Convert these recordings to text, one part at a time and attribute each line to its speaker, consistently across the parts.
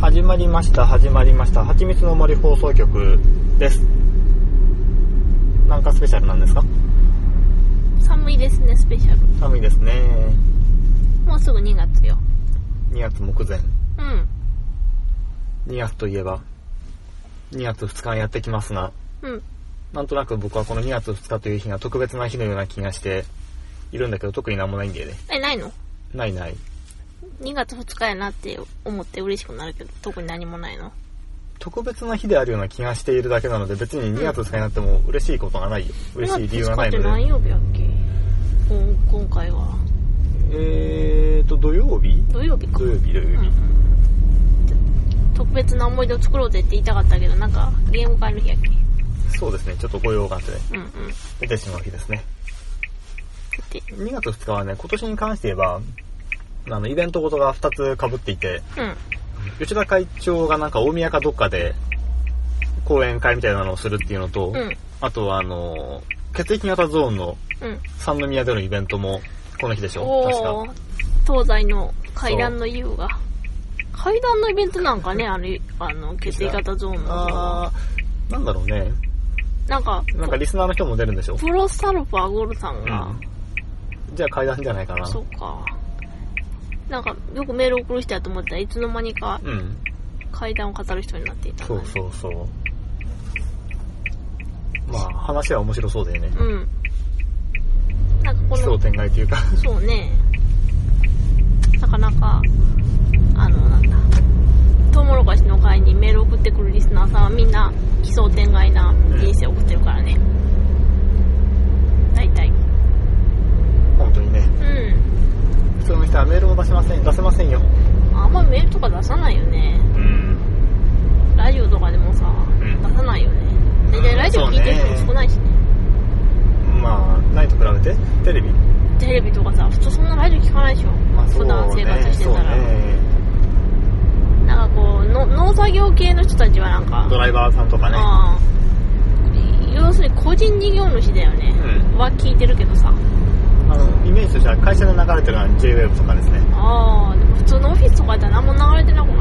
Speaker 1: 始まりました始まりましたはちみつの森放送局ですなんかスペシャルなんですか
Speaker 2: 寒いですねスペシャル
Speaker 1: 寒いですね
Speaker 2: もうすぐ2月よ
Speaker 1: 2月目前
Speaker 2: うん
Speaker 1: 2月といえば2月2日やってきますが
Speaker 2: うん
Speaker 1: なんとなく僕はこの2月2日という日が特別な日のような気がしているんだけど特になんもないんだよね
Speaker 2: えないの
Speaker 1: ないない
Speaker 2: 2月2日やなって思って嬉しくなるけど特に何もないの
Speaker 1: 特別な日であるような気がしているだけなので別に2月2日になっても嬉しいことがないよ嬉しい理由がないの
Speaker 2: 2月2日って何
Speaker 1: で
Speaker 2: 曜日やっけこん今回は
Speaker 1: えーと土曜日
Speaker 2: 土曜日か
Speaker 1: 土曜日土曜日
Speaker 2: うん特別な思い出を作ろうぜって言いたかったけどなんかゲーム会の日やっけ
Speaker 1: そうですねちょっとご用があって
Speaker 2: うんうん
Speaker 1: 出てしまう日ですね
Speaker 2: で
Speaker 1: 2月2日はね今年に関して言えばあのイベントごとが2つ被っていて
Speaker 2: うん
Speaker 1: 吉田会長がなんか大宮かどっかで講演会みたいなのをするっていうのと、
Speaker 2: うん
Speaker 1: あとはあの血液型ゾーンの
Speaker 2: うん
Speaker 1: 三宮でのイベントもこの日でしょ確
Speaker 2: お
Speaker 1: か
Speaker 2: お東西の階段の優が階段のイベントなんかねあれあの血液型ゾーンの
Speaker 1: あーなんだろうね
Speaker 2: なんか
Speaker 1: なんかリスナーの人も出るんでしょ
Speaker 2: プロスタルファゴルさんが、
Speaker 1: じゃあ階段じゃないかな
Speaker 2: そうかなんかよくメール送る人やと思ったらいつの間にか
Speaker 1: うん
Speaker 2: 階段を語る人になっていた
Speaker 1: そうそうそうまあ話は面白そうだよね、
Speaker 2: うんなんかこ
Speaker 1: 奇想
Speaker 2: の
Speaker 1: 天外というか
Speaker 2: そうねなかなかあのなんだトウモロコシの会にメール送ってくるリスナーさんはみんな奇想天外な人生を送ってるからね、大体う
Speaker 1: 本当にね
Speaker 2: ん
Speaker 1: 普通の人はメールも出しません出せませんよ
Speaker 2: あんまりメールとか出さないよね
Speaker 1: うん
Speaker 2: ラジオとかでもさ、
Speaker 1: ん
Speaker 2: 出さないよね大体ラジオ聞いてる人も少ないしね
Speaker 1: まあないと比べてテレビ
Speaker 2: テレビとかさ普通そんなラジオ聞かないでしょ、
Speaker 1: まあ
Speaker 2: 普段生活してたら、
Speaker 1: そうね
Speaker 2: なんかこうの農作業系の人たちはなんか
Speaker 1: ドライバーさんとかね
Speaker 2: ああ要するに個人事業主だよね、
Speaker 1: う
Speaker 2: は聞いてるけどさ
Speaker 1: あのイメージとしては会社で流れてるのは JWAVE とかですね
Speaker 2: ああでも普通のオフィスとかやったら何も流れてなくない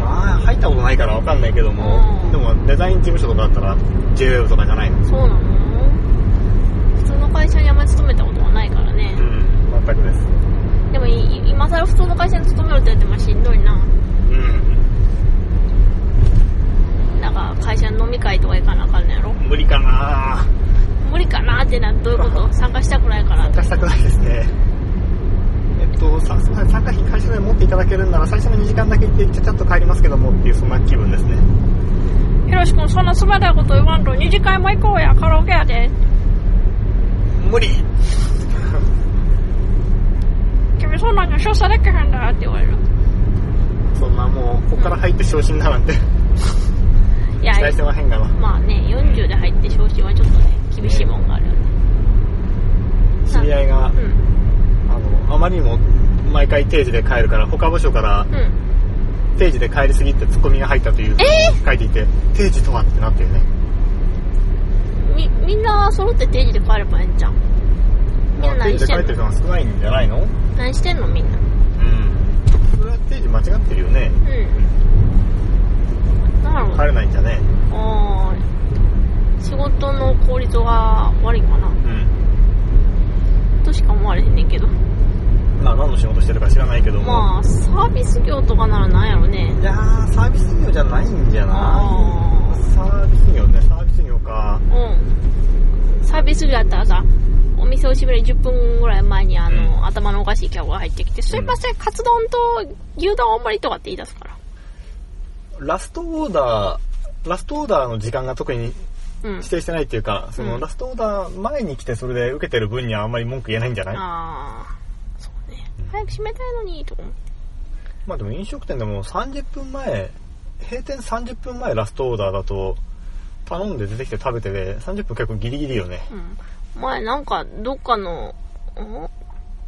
Speaker 1: まあ入ったことないからわかんないけども、
Speaker 2: うん
Speaker 1: でもデザイン事務所とかだったら JWAVE とかじゃないの
Speaker 2: そうなの普通の会社にあんまり勤めたことがないから
Speaker 1: う
Speaker 2: ね、
Speaker 1: ん全くです
Speaker 2: でもい今更普通の会社に勤めるってやってもしんどいな
Speaker 1: うん
Speaker 2: なんか会社の飲み会とか行かなあかんのやろ
Speaker 1: 無理かな
Speaker 2: 無理かなってなどういうこと 参加したくないから
Speaker 1: 参加したくないですねえっとさすがに参加費会社で持っていただけるんなら最初の2時間だけ行ってちゃちゃっと帰りますけどもっていうそんな気分ですね
Speaker 2: ヒロシ君そんなつまらないこと言わんと二次会も行こうやカラオケやで
Speaker 1: 無理
Speaker 2: 君そんなんに出社できへんだって言われる
Speaker 1: そんなもうここから入って昇進だなんて
Speaker 2: い
Speaker 1: 期待
Speaker 2: や
Speaker 1: してませんがな
Speaker 2: まあね40で入って昇進はちょっとね厳しいもんがあるよね
Speaker 1: 知り合いが
Speaker 2: う、ん
Speaker 1: あのあまりにも毎回定時で帰るから他部署から
Speaker 2: うん
Speaker 1: 定時で帰りすぎってツッコミが入ったという書いていて、定時とはってなってるね
Speaker 2: みみんな揃って定時で帰ればええんじゃんみ
Speaker 1: まあ
Speaker 2: んな
Speaker 1: 定
Speaker 2: 一
Speaker 1: 時で帰
Speaker 2: 緒
Speaker 1: ってる人
Speaker 2: に
Speaker 1: が少ないんじゃないのうん
Speaker 2: 何してんのみんな
Speaker 1: それは定時間違ってるよね
Speaker 2: うんなるほ
Speaker 1: 帰れないんじゃね
Speaker 2: どあー仕事の効率が悪いかな
Speaker 1: うん
Speaker 2: としか思われへんねんけど
Speaker 1: まあ何の仕事してるか知らないけども、
Speaker 2: まあサービス業とかならなんやろね
Speaker 1: いやーサービス業じゃないんじゃないサービス業ねサービス業か
Speaker 2: うん。サービス業やったらさ、お店を閉める10分ぐらい前にあの、
Speaker 1: うん
Speaker 2: 頭のおかしい客が入ってきて、すいません、カツ丼と牛丼大盛りとかって言い出すから。
Speaker 1: ラストオーダーラストオーダーの時間が特に
Speaker 2: うん
Speaker 1: 指。定してないっていうかその、
Speaker 2: うん
Speaker 1: ラストオーダー前に来てそれで受けてる分にはあんまり文句言えないんじゃない
Speaker 2: ああ、そうね。早く閉めたいのに、とか思って。
Speaker 1: まあでも飲食店でも30分前閉店30分前ラストオーダーだと頼んで出てきて食べてで30分結構ギリギリよね
Speaker 2: うん。前なんか、どっかの、ん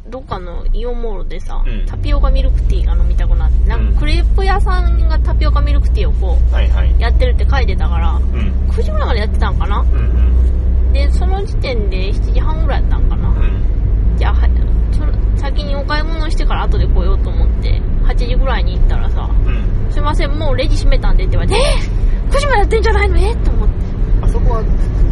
Speaker 2: どっかのイオンモールでさ、
Speaker 1: うん
Speaker 2: タピオカミルクティーが飲みたくなって、なんかクレープ屋さんがタピオカミルクティーをこ、
Speaker 1: はいはいう
Speaker 2: やってるって書いてたから、
Speaker 1: うん
Speaker 2: 9時ぐらいまでやってたんかな
Speaker 1: うんうん
Speaker 2: で、その時点で7時半ぐらいやったんかな。
Speaker 1: うん
Speaker 2: じゃあはその先にお買い物してから後で来ようと思って8時ぐらいに行ったらさ
Speaker 1: うん
Speaker 2: せんもうレジ閉めたんでって言われてえー、9時までやってんじゃないのえー、と思って
Speaker 1: あそこは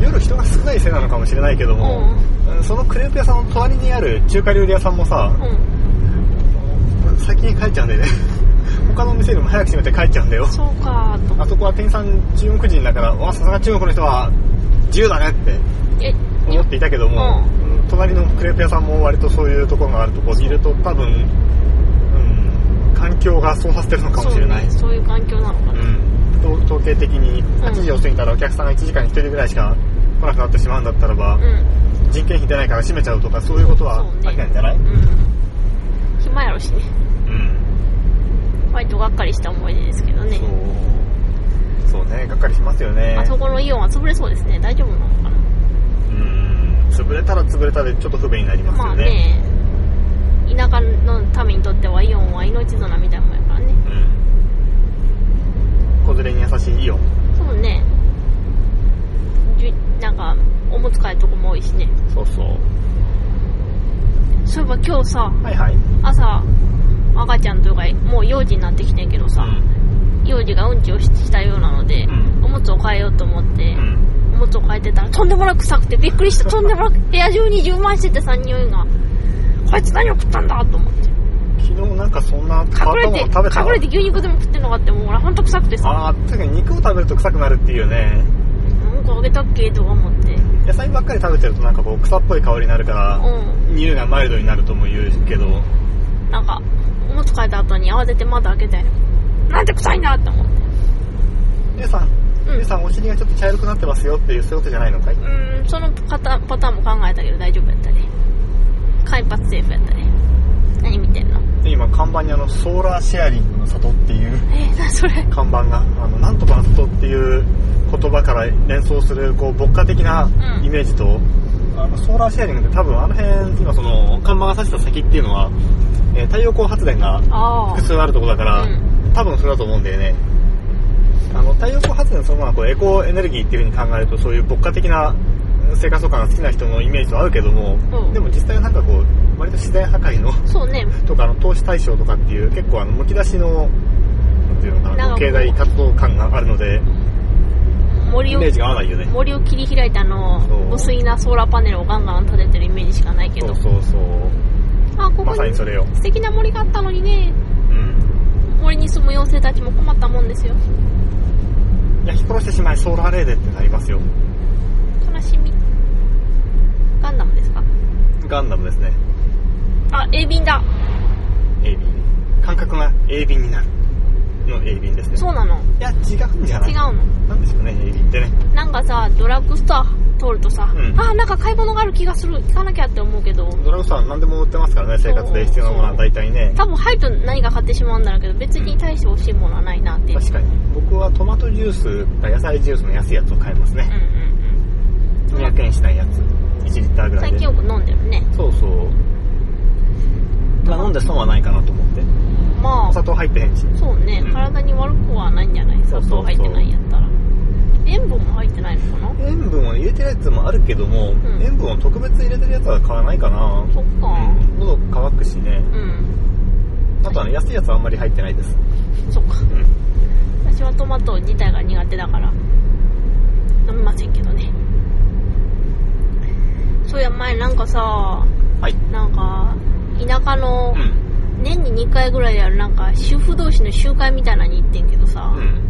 Speaker 1: 夜人が少ないせいなのかもしれないけども、うんそのクレープ屋さんの隣にある中華料理屋さんもさ、
Speaker 2: うん
Speaker 1: 先に帰っちゃうんだよね 他の店よりも早く閉めて帰っちゃうんだよ
Speaker 2: そうかーと思
Speaker 1: あ
Speaker 2: っ
Speaker 1: そこは店員さん中国人だからわさすが中国の人は自由だねって
Speaker 2: てえ
Speaker 1: 思っていたけども、うん隣のクレープ屋さんも割とそういうところがあるとこにいると多分、うん、環境がそうさせてるのかもしれない
Speaker 2: そう,、ね、そういう環境なのかな、
Speaker 1: うんと統計的に8時を過ぎたらお客さんが1時間に1人ぐらいしか来なくなってしまうんだったらば、
Speaker 2: うん
Speaker 1: 人件費出ないから閉めちゃうとかそういうことは
Speaker 2: そうね
Speaker 1: ありなんじゃない
Speaker 2: うん暇やろしね
Speaker 1: うん
Speaker 2: 割とがっかりした思い出ですけどね
Speaker 1: そうそうねがっかりしますよね
Speaker 2: あそこのイオンは潰れそうですね大丈夫なのかな
Speaker 1: うん潰れたら潰れたでちょっと不便になります
Speaker 2: ま
Speaker 1: よ
Speaker 2: あ
Speaker 1: ね,、
Speaker 2: ね田舎の民にとってはイオンは命綱みたいなもんやからね
Speaker 1: うん子連れに優しいイオン
Speaker 2: そうねじゅなんかおむつ替えるとこも多いしね
Speaker 1: そうそう
Speaker 2: そういえば今日さ
Speaker 1: はいはい
Speaker 2: 朝赤ちゃんというかもう幼児になってきてんけどさ、幼児がうんちをししたようなので、
Speaker 1: うん
Speaker 2: おむつを替えようと思って、
Speaker 1: うん、うん、
Speaker 2: おむつを替えてたらとんでもなく臭くてびっく りしたとんでもなく部屋中に充満しててさ匂いがこいつ何を食ったんだと思って
Speaker 1: 昨日なんかそんな変わった
Speaker 2: 隠れ
Speaker 1: もの
Speaker 2: て
Speaker 1: 食べた
Speaker 2: 隠れて牛肉でも食ってんのかってもうほらほんと臭くてさ
Speaker 1: ああ確かに肉を食べると臭くなるっていうよね
Speaker 2: なんかあげたっけとか思ってう
Speaker 1: 野菜ばっかり食べてるとなんかこう草っぽい香りになるから、
Speaker 2: ん
Speaker 1: 匂いがマイルドになるとも言うけど
Speaker 2: なんか、おむつ替えた後に慌てて窓開けて、なんて臭いんだって思って。
Speaker 1: 姉さん、
Speaker 2: うん
Speaker 1: 姉さんお尻がちょっと茶色くなってますよっていうそういうことじゃないのかいう
Speaker 2: ーん、そのパタパターンも考えたけど大丈夫やったね。間髪セーフやったね。何見てんの
Speaker 1: で今看板にあのソーラーシェアリングの里っていう
Speaker 2: えー、な、それ。
Speaker 1: 看板があのなんとかの里っていう言葉から連想するこう牧歌的な
Speaker 2: うん
Speaker 1: イメージと、あのソーラーシェアリングって多分あの辺今その看板が指した先っていうのは、えー太陽光発電が
Speaker 2: あ
Speaker 1: 複数あるところだから、
Speaker 2: うん
Speaker 1: 多分それだと思うんだよねあの太陽光発電そのままこうエコエネルギーっていう風に考えるとそういう牧歌的な生活とかが好きな人のイメージと合うけども、
Speaker 2: うん
Speaker 1: でも実際はなんかこう割と自然破壊の
Speaker 2: あ。そうね。
Speaker 1: とかあの投資対象とかっていう結構あのむき出しのなんていうのかな
Speaker 2: なんかこう
Speaker 1: 経済活動感があるのでイ
Speaker 2: 森を
Speaker 1: メー、ジが合わないよね
Speaker 2: 森を切り開いたあ
Speaker 1: そう
Speaker 2: の、無粋なソーラーパネルをガンガン立ててるイメージしかないけ
Speaker 1: そ
Speaker 2: ど
Speaker 1: う。そうそう
Speaker 2: あ、ここ
Speaker 1: まさに
Speaker 2: に
Speaker 1: それよ、
Speaker 2: 素敵な森があったのにね、
Speaker 1: うん、
Speaker 2: 森に住む妖精たちも困ったもんですよ。
Speaker 1: 焼き殺してしまいソーラーレーデってなりますよ
Speaker 2: 悲しみ。ガンダムですか
Speaker 1: ガンダムですね
Speaker 2: あ、鋭敏だ。
Speaker 1: 鋭敏感覚が鋭敏になるの鋭敏ですね
Speaker 2: そうなの。
Speaker 1: いや違うんじゃない
Speaker 2: 違うの。
Speaker 1: なんですかね鋭敏ってね
Speaker 2: なんかさドラッグストア通るとさ、
Speaker 1: うん
Speaker 2: あなんか買い物がある気がする行かなきゃって思うけど
Speaker 1: ドラゴンさん何でも売ってますからね生活で必要なものは大体ね
Speaker 2: 多分入ると何か買ってしまうんだろうけど別に大して欲しいものはないなっていう、
Speaker 1: 確かに僕はトマトジュースか野菜ジュースの安いやつを買います
Speaker 2: うん
Speaker 1: ね
Speaker 2: うんうん
Speaker 1: 200円しないやつ1リッターぐらい
Speaker 2: 最
Speaker 1: で
Speaker 2: 近よく飲んでるね
Speaker 1: そうそうまあ飲んで損はないかなと思って
Speaker 2: ま
Speaker 1: お砂
Speaker 2: あ
Speaker 1: 糖入ってへんし
Speaker 2: そうね、
Speaker 1: うん
Speaker 2: 体に悪くはないんじゃない
Speaker 1: そ
Speaker 2: 砂
Speaker 1: うそうそ
Speaker 2: 糖
Speaker 1: う
Speaker 2: 入ってないんやったら塩分も入ってないのかな
Speaker 1: 塩分を入れてるやつもあるけども、
Speaker 2: ん
Speaker 1: 塩分を特別入れてるやつは買わないかな
Speaker 2: そっか
Speaker 1: うん喉乾くしね
Speaker 2: うん、
Speaker 1: あとはね安いやつはあんまり入ってないです
Speaker 2: そっか
Speaker 1: うん
Speaker 2: 私はトマト自体が苦手だから飲みませんけどねそういや前なんかさ
Speaker 1: はい
Speaker 2: なんか田舎の
Speaker 1: うん
Speaker 2: 年に2回ぐらいあるなんか主婦同士の集会みたいなのに行ってんけどさ、
Speaker 1: うん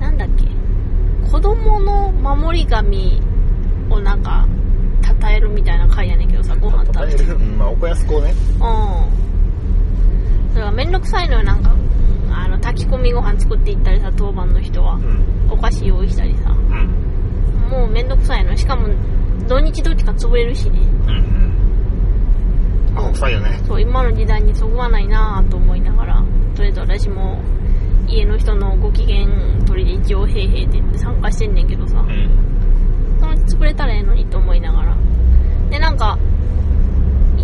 Speaker 2: なんだっけ子供の守り神をなんか称えるみたいな会やねんけどさご飯食べて
Speaker 1: るうんまあおこやすこうね
Speaker 2: うんそれがめんどくさいのよなんかあの炊き込みご飯作っていったりさ当番の人は
Speaker 1: うん
Speaker 2: お菓子用意したりさ
Speaker 1: うん
Speaker 2: もうめんどくさいのしかも土日どっちか潰れるしね
Speaker 1: うんうん青臭いよね
Speaker 2: そう今の時代にそぐわないなぁと思いながらとりあえず私も家の人のご機嫌取りで一応「へいへい」って言って参加してんねんけどさ
Speaker 1: ん
Speaker 2: そのうち潰れたらええのにと思いながらでなんか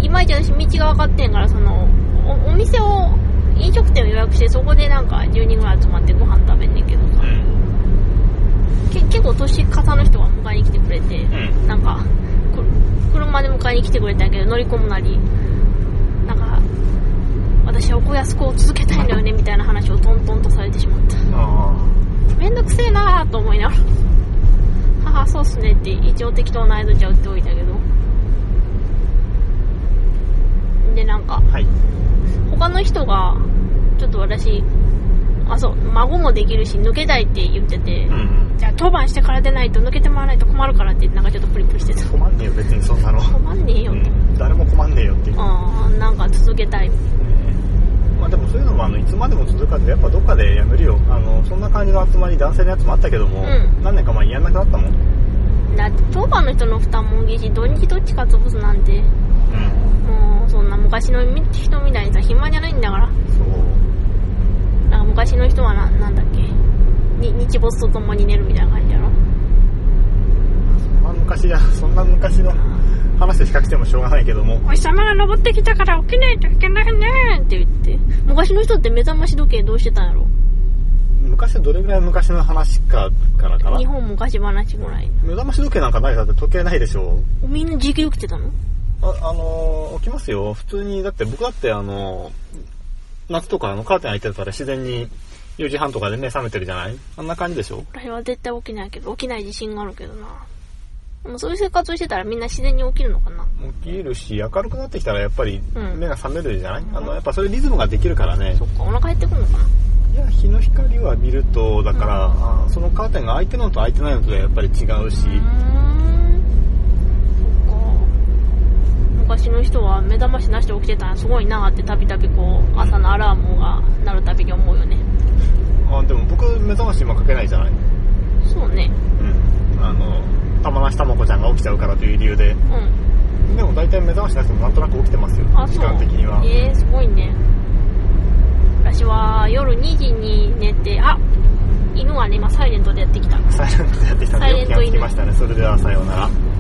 Speaker 2: いまいち私道が分かってんからそのおお店を飲食店を予約してそこでなんか10人ぐらい集まってご飯食べんねんけど
Speaker 1: うん
Speaker 2: さけ結構年方の人が迎えに来てくれて、
Speaker 1: うん
Speaker 2: なんか、く車で迎えに来てくれたんやけど、乗り込むなり、なんか、私はおこやすこを続けたいのよね、みたいな話をトントンとされてしま っすねって一応適当な合図じゃ打っておいたけどでなんか
Speaker 1: はい。
Speaker 2: 他の人がちょっと私あそう孫もできるし抜けたいって言ってて、
Speaker 1: うん。
Speaker 2: じゃあ当番してから出ないと抜けてもらわないと困るからって言ってなんかちょっとプリプリしてた
Speaker 1: 困んねえよ、別にそんなの。
Speaker 2: 困んねえよって、
Speaker 1: うん誰も困んねえよっていう。
Speaker 2: あーなんか続けたい
Speaker 1: ねまあでもそういうのもあのいつまでも続かずやっぱどっかでやめるよあのそんな感じの集まり男性のやつもあったけども、
Speaker 2: うん
Speaker 1: 何年か前にやんなくなったもん、うん、
Speaker 2: だって当番の人の負担も大きいし土日どっちか潰すなんてもうそんな昔の人みたいにさ暇じゃないんだから
Speaker 1: そう
Speaker 2: なんか昔の人はななんだっけに日没と共に寝るみたいな感じやろ
Speaker 1: まあ昔やそんな昔の話で比較してもしょうがないけども
Speaker 2: お日様が登ってきたから起きないといけないねって言って昔の人って目覚まし時計どうしてたんやろ
Speaker 1: 昔はどれぐらい昔の話かからかな
Speaker 2: 日本昔話ぐらい
Speaker 1: 目覚まし時計なんかないだって時計ないでしょ
Speaker 2: みんな時給起きてたの
Speaker 1: ああのー起きますよ普通にだって僕だってあのー夏とかあのカーテン開いてたら自然に4時半とかで目覚めてるじゃないあんな感じでしょ
Speaker 2: 私は絶対起きないけど起きない自信があるけどなでもそういう生活をしてたらみんな自然に起きるのかな
Speaker 1: 起きるし明るくなってきたらやっぱり
Speaker 2: うん
Speaker 1: 目が覚めるじゃない、あのやっぱそれリズムができるからね
Speaker 2: そっかお腹減ってくんのかない
Speaker 1: や日の光を浴びるとだから、あそのカーテンが開いてるのと開いてないのとではやっぱり違うし、
Speaker 2: うーんそっか昔の人は目覚ましなしで起きてたらすごいなってたびたびこう朝のアラームが鳴るたびに思うよね
Speaker 1: あでも僕目覚まし今かけないじゃない
Speaker 2: そうね
Speaker 1: うんあの玉梨玉子ちゃんが起きちゃうからという理由で
Speaker 2: うん
Speaker 1: でも大体目覚ましなくてもなんとなく起きてますよ
Speaker 2: あそう
Speaker 1: 時間的には
Speaker 2: えー、すごいね私は夜2時に寝てあ犬がね今サイレントでやってきた
Speaker 1: サイレントでやってきたん
Speaker 2: サイ
Speaker 1: で
Speaker 2: レ
Speaker 1: よ
Speaker 2: ン
Speaker 1: く
Speaker 2: ト
Speaker 1: 気がつきましたねそれではさようなら